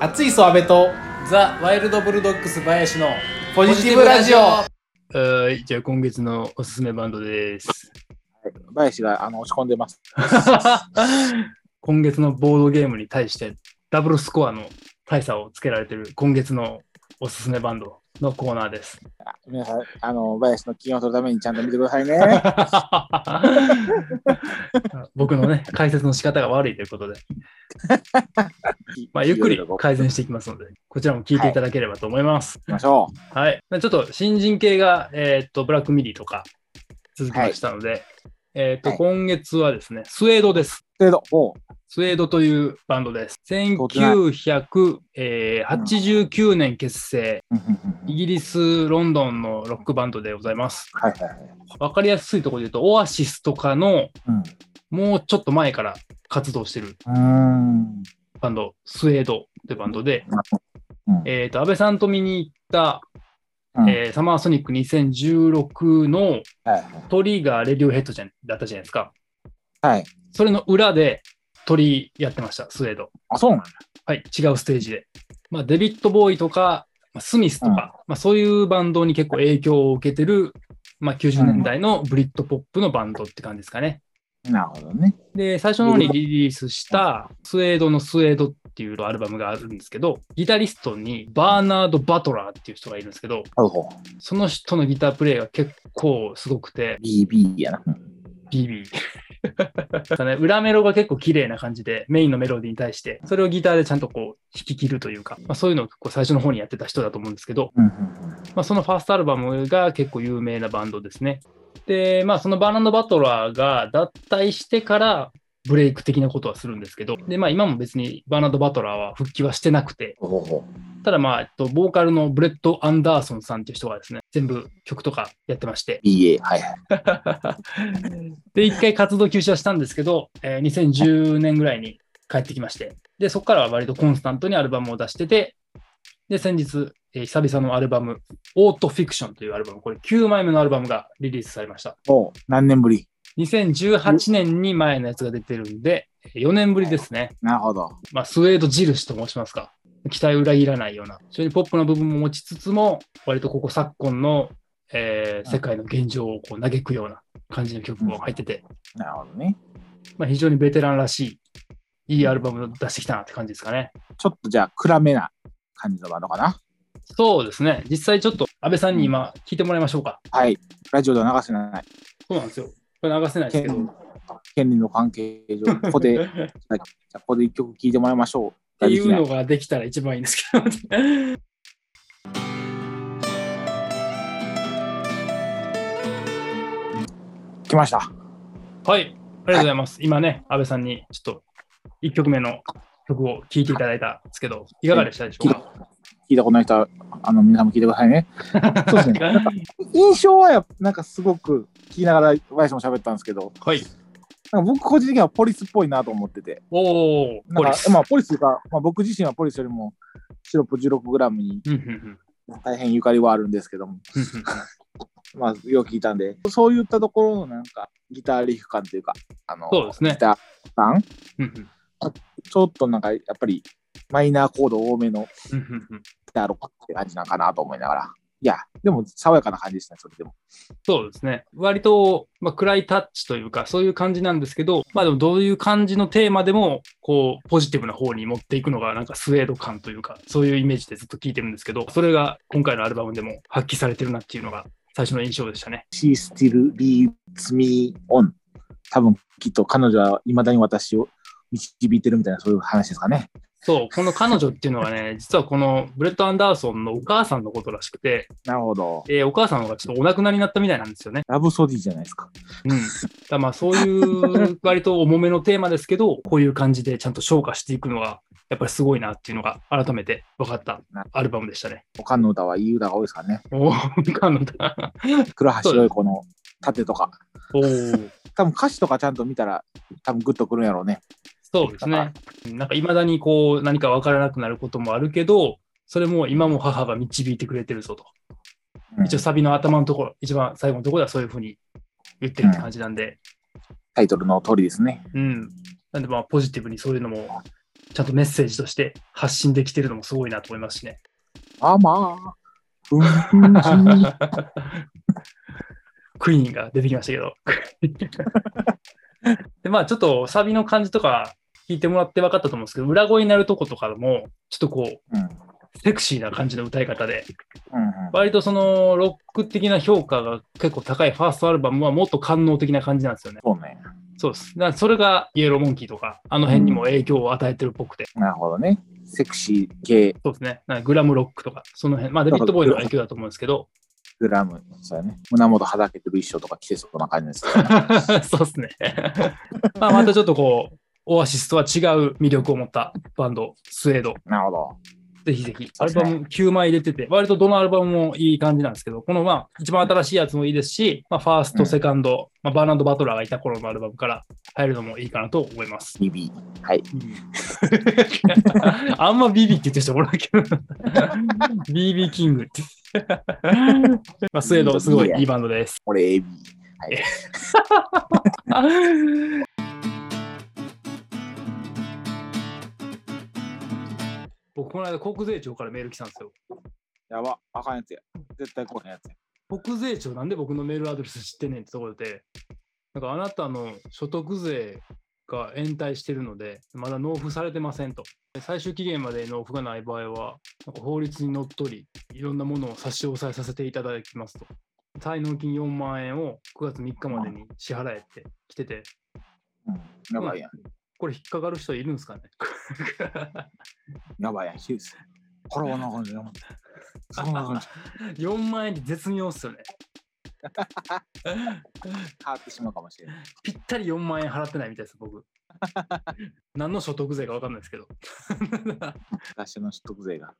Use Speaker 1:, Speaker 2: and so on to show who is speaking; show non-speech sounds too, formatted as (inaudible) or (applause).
Speaker 1: 熱いソアベと
Speaker 2: ザ・ワイルド・ブルドッグス林の
Speaker 1: ポジティブラジオ
Speaker 3: はい、じゃあ今月のおすすめバンドです。
Speaker 4: 林があの落ち込んでます。
Speaker 3: 今月のボードゲームに対してダブルスコアの大差をつけられている今月のおすすめバンドのコーナ
Speaker 1: (laughs)
Speaker 3: ーです。
Speaker 4: 皆さん、あの林の金を取るためにちゃんと見てくださいね。
Speaker 3: 僕のね、解説の仕方が悪いということで、 (laughs) まあ、ゆっくり
Speaker 4: 行き
Speaker 3: 改善していきますので、こちらも聞いていただければと思います。
Speaker 4: ましょ
Speaker 3: はい。まあちょっと新人系が、えーっと、ブラックミディとか続きましたので、えーっと、
Speaker 4: はい
Speaker 3: 今月はですね、スウェードです。
Speaker 4: う。程度。おう
Speaker 3: スウェードというバンドです。
Speaker 4: 当だ
Speaker 3: 1989年結成、
Speaker 4: うんうんうんうん
Speaker 3: イギリス・ロンドンのロックバンドでございます。
Speaker 4: はいはいはい。
Speaker 3: わかりやすいところで言うと、オアシスとかの
Speaker 4: うん
Speaker 3: もうちょっと前から活動してる
Speaker 4: うーん。
Speaker 3: バンド、スウェードというバンドで、
Speaker 4: うん
Speaker 3: えっ、と、安倍さんと見に行った、
Speaker 4: うん
Speaker 3: えーサマーソニック2016の
Speaker 4: はい
Speaker 3: トリガー・レディオヘッドじゃんだったじゃないですか。
Speaker 4: はい。はい。
Speaker 3: それの裏で鳥やってました、スウェード。
Speaker 4: あ、そうなんだ。
Speaker 3: はい、違うステージで。まあ、デビッド・ボーイとか、まあスミスとか、
Speaker 4: うん
Speaker 3: まあ、そういうバンドに結構影響を受けてる、まあ、90年代のブリッドポップのバンドって感じですかね。
Speaker 4: なるほどね。
Speaker 3: で、最初の方にリリースした、スウェードのスウェードっていうアルバムがあるんですけど、ギタリストにバーナード・バトラーっていう人がいるんですけど、
Speaker 4: ほうほう。
Speaker 3: その人のギタープレイが結構すごくて、
Speaker 4: BB やな。
Speaker 3: BB。だね裏メロが結構綺麗な感じで、メインのメロディーに対して、それをギターでちゃんとこう弾き切るというか、まあ、そういうのを結構最初の方にやってた人だと思うんですけど、
Speaker 4: うんうん
Speaker 3: まあ、そのファーストアルバムが結構有名なバンドですね。で、まあ、そのバーナンド・バトラーが脱退してから、ブレイク的なことはするんですけど、で、まあ今も別にバーナンド・バトラーは復帰はしてなくて、
Speaker 4: ほうほうほ
Speaker 3: ただまあ、えっと、ボーカルのブレッド・アンダーソンさんっていう人がですね、全部曲とかやってまして、
Speaker 4: う。BA。はいはい。
Speaker 3: で、一回活動休止はしたんですけど、えー2010年ぐらいに帰ってきまして、で、そこからは割とコンスタントにアルバムを出してて、で、先日、えー久々のアルバム、オートフィクションというアルバム、これ9枚目のアルバムがリリースされました。
Speaker 4: おう。何年ぶり
Speaker 3: 2018年に前のやつが出てるんで、4年ぶりですね。
Speaker 4: なるほど。
Speaker 3: まあ、スウェード印と申しますか。期待を裏切らないような、非常にポップな部分も持ちつつも、割とここ昨今の、えー世界の現状をこう嘆くような感じの曲も入ってて、
Speaker 4: なるほどね。
Speaker 3: まあ、非常にベテランらしい、いいアルバムを出してきたなって感じですかね。
Speaker 4: ちょっとじゃあ、暗めな感じのバンドかな。
Speaker 3: そうですね。実際ちょっと安倍さんに今聞いてもらいましょうか。
Speaker 4: はい。ラジオでは流せない。
Speaker 3: そうなんですよ。これ流せないですけど。
Speaker 4: 権権利の関係上、こ
Speaker 3: (laughs)
Speaker 4: こで、はいじゃあここで一曲聴いてもらいましょう。
Speaker 3: っていうのができたら一番いいんですけど。
Speaker 4: 来ました。
Speaker 3: はい。ありがとうございます。今ね、安倍さんにちょっと1曲目の曲を聴いていただいたんですけど、いかがでしたでしょうか
Speaker 4: 聞いたことない人は、あの、皆さんも聞いてくださ
Speaker 3: (laughs)
Speaker 4: いね。そうですね。なんか印象はやっぱ、なんかすごく聞きながら、ワイさんも喋ったんですけど、
Speaker 3: はい。
Speaker 4: なんか僕個人的にはポリスっぽいなと思ってて、
Speaker 3: おー、
Speaker 4: な
Speaker 3: ポ
Speaker 4: んか
Speaker 3: リス。
Speaker 4: まあ、ポリスが、まあ、僕自身はポリスよりも、シロップ 16g に
Speaker 3: うんうんうん
Speaker 4: 大変ゆかりはあるんですけども、
Speaker 3: うんうん
Speaker 4: まあ、よく聞いたんで、そういったところのなんか、ギターリフ感というか、あの、
Speaker 3: そうですね
Speaker 4: ギター感、
Speaker 3: うんうん
Speaker 4: ちょっとなんか、やっぱり、マイナーコード多めの
Speaker 3: う
Speaker 4: ギ
Speaker 3: んうんうん
Speaker 4: ターロックって感じなんかなと思いながら、いや、でも、爽やかな感じですね、それでも。
Speaker 3: そうですね。割と、まあ、暗いタッチというか、そういう感じなんですけど、まあでもどういう感じのテーマでも、こう、ポジティブな方に持っていくのが、なんかスウェード感というか、そういうイメージでずっと聴いてるんですけど、それが今回のアルバムでも発揮されてるなっていうのが最初の印象でしたね。
Speaker 4: She still leads me on。多分きっと彼女は未だに私を導いてるみたいなそういう話ですかね。
Speaker 3: そう、この彼女っていうのはね、 (laughs) 実はこのブレッド・アンダーソンのお母さんのことらしくて、
Speaker 4: なるほど。
Speaker 3: えーお母さんがちょっとお亡くなりになったみたいなんですよね。
Speaker 4: ラブソディじゃないですか。
Speaker 3: うん。だからまあそういう割と重めのテーマですけど、こういう感じでちゃんと昇華していくのが、やっぱりすごいなっていうのが改めて分かったアルバムでしたね。
Speaker 4: 他の歌はいい歌が多いですからね。
Speaker 3: おー他の歌
Speaker 4: 黒橋良い子の盾とか。
Speaker 3: おー
Speaker 4: 多分歌詞とかちゃんと見たら多分グッとくるんやろうね。
Speaker 3: そうですね。なんかいまだにこう何か分からなくなることもあるけど、それも今も母が導いてくれてるぞと。
Speaker 4: うん
Speaker 3: 一応サビの頭のところ、一番最後のところではそういうふうに言ってるって感じなんで、
Speaker 4: タイトルの通りですね。
Speaker 3: うん。なんでまあポジティブにそういうのもちゃんとメッセージとして発信できてるのもすごいなと思いますしね。
Speaker 4: あまあ。 (laughs) うんうんうん
Speaker 3: クイーンが出てきましたけど。 (laughs) で、まあちょっとサビの感じとか聞いてもらって分かったと思うんですけど、裏声になるとことかも、ちょっとこう、
Speaker 4: うん
Speaker 3: セクシーな感じの歌い方で、
Speaker 4: うん
Speaker 3: 割とそのロック的な評価が結構高いファーストアルバムはもっと官能的な感じなんですよね。
Speaker 4: そうね。
Speaker 3: そうです。だからそれがイエローモンキーとか、あの辺にも影響を与えてるっぽくて、
Speaker 4: なるほどね。セクシー系
Speaker 3: そうですね。なんかグラムロックとか、その辺、まあデビッド・ボーイの影響だと思うんですけど、
Speaker 4: グラム。そうやね。胸元はだけてる衣装とか着てそうな感じですけど。
Speaker 3: (laughs)
Speaker 4: (laughs)
Speaker 3: そうですね。まあまたちょっとこう、オアシスとは違う魅力を持ったバンド、スウェード。
Speaker 4: なるほど。
Speaker 3: ぜひぜひ、
Speaker 4: そ
Speaker 3: ア
Speaker 4: う
Speaker 3: ル
Speaker 4: ですね
Speaker 3: バム9枚入れてて、割とどのアルバムもいい感じなんですけど、このまあ、一番新しいやつもいいですし、まあ、ファース
Speaker 4: う
Speaker 3: ト、
Speaker 4: ん
Speaker 3: セカンド、まあ、バーナード・バトラーがいた頃のアルバムから入るのもいいかなと思い
Speaker 4: (laughs)
Speaker 3: ます。
Speaker 4: ビビ。はい。
Speaker 3: あんま BB って言ってる人おらんけど、BB キングっ
Speaker 4: (laughs)
Speaker 3: て。まあ、スウェード、すごいいいバンドです。
Speaker 4: 俺 AB。
Speaker 3: 僕、この間、国税庁からメール来たんですよ。
Speaker 4: やば。あかんやつや。絶対こうへんやつや。
Speaker 3: 国税庁なんで僕のメールアドレス知ってんねんってところで、なんかあなたの所得税が延滞してるので、まだ納付されてませんと。で最終期限まで納付がない場合は、なんか法律にのっとり、いろんなものを差し押さえさせていただきますと。滞納金4万円を9月3日までに支払えって来てて、
Speaker 4: うん。やばいやん。
Speaker 3: これ引っかかる人いるんですかね (laughs)
Speaker 4: やばいやん。ヒュース。これはな感じ。 (laughs) そんな感じ。
Speaker 3: ?4 万円って絶妙っすよね。
Speaker 4: 変わってしまうかもしれない。
Speaker 3: ぴったり4万円払ってないみたいです、僕。何の所得税か分かんないですけど。
Speaker 4: 私の所得税が。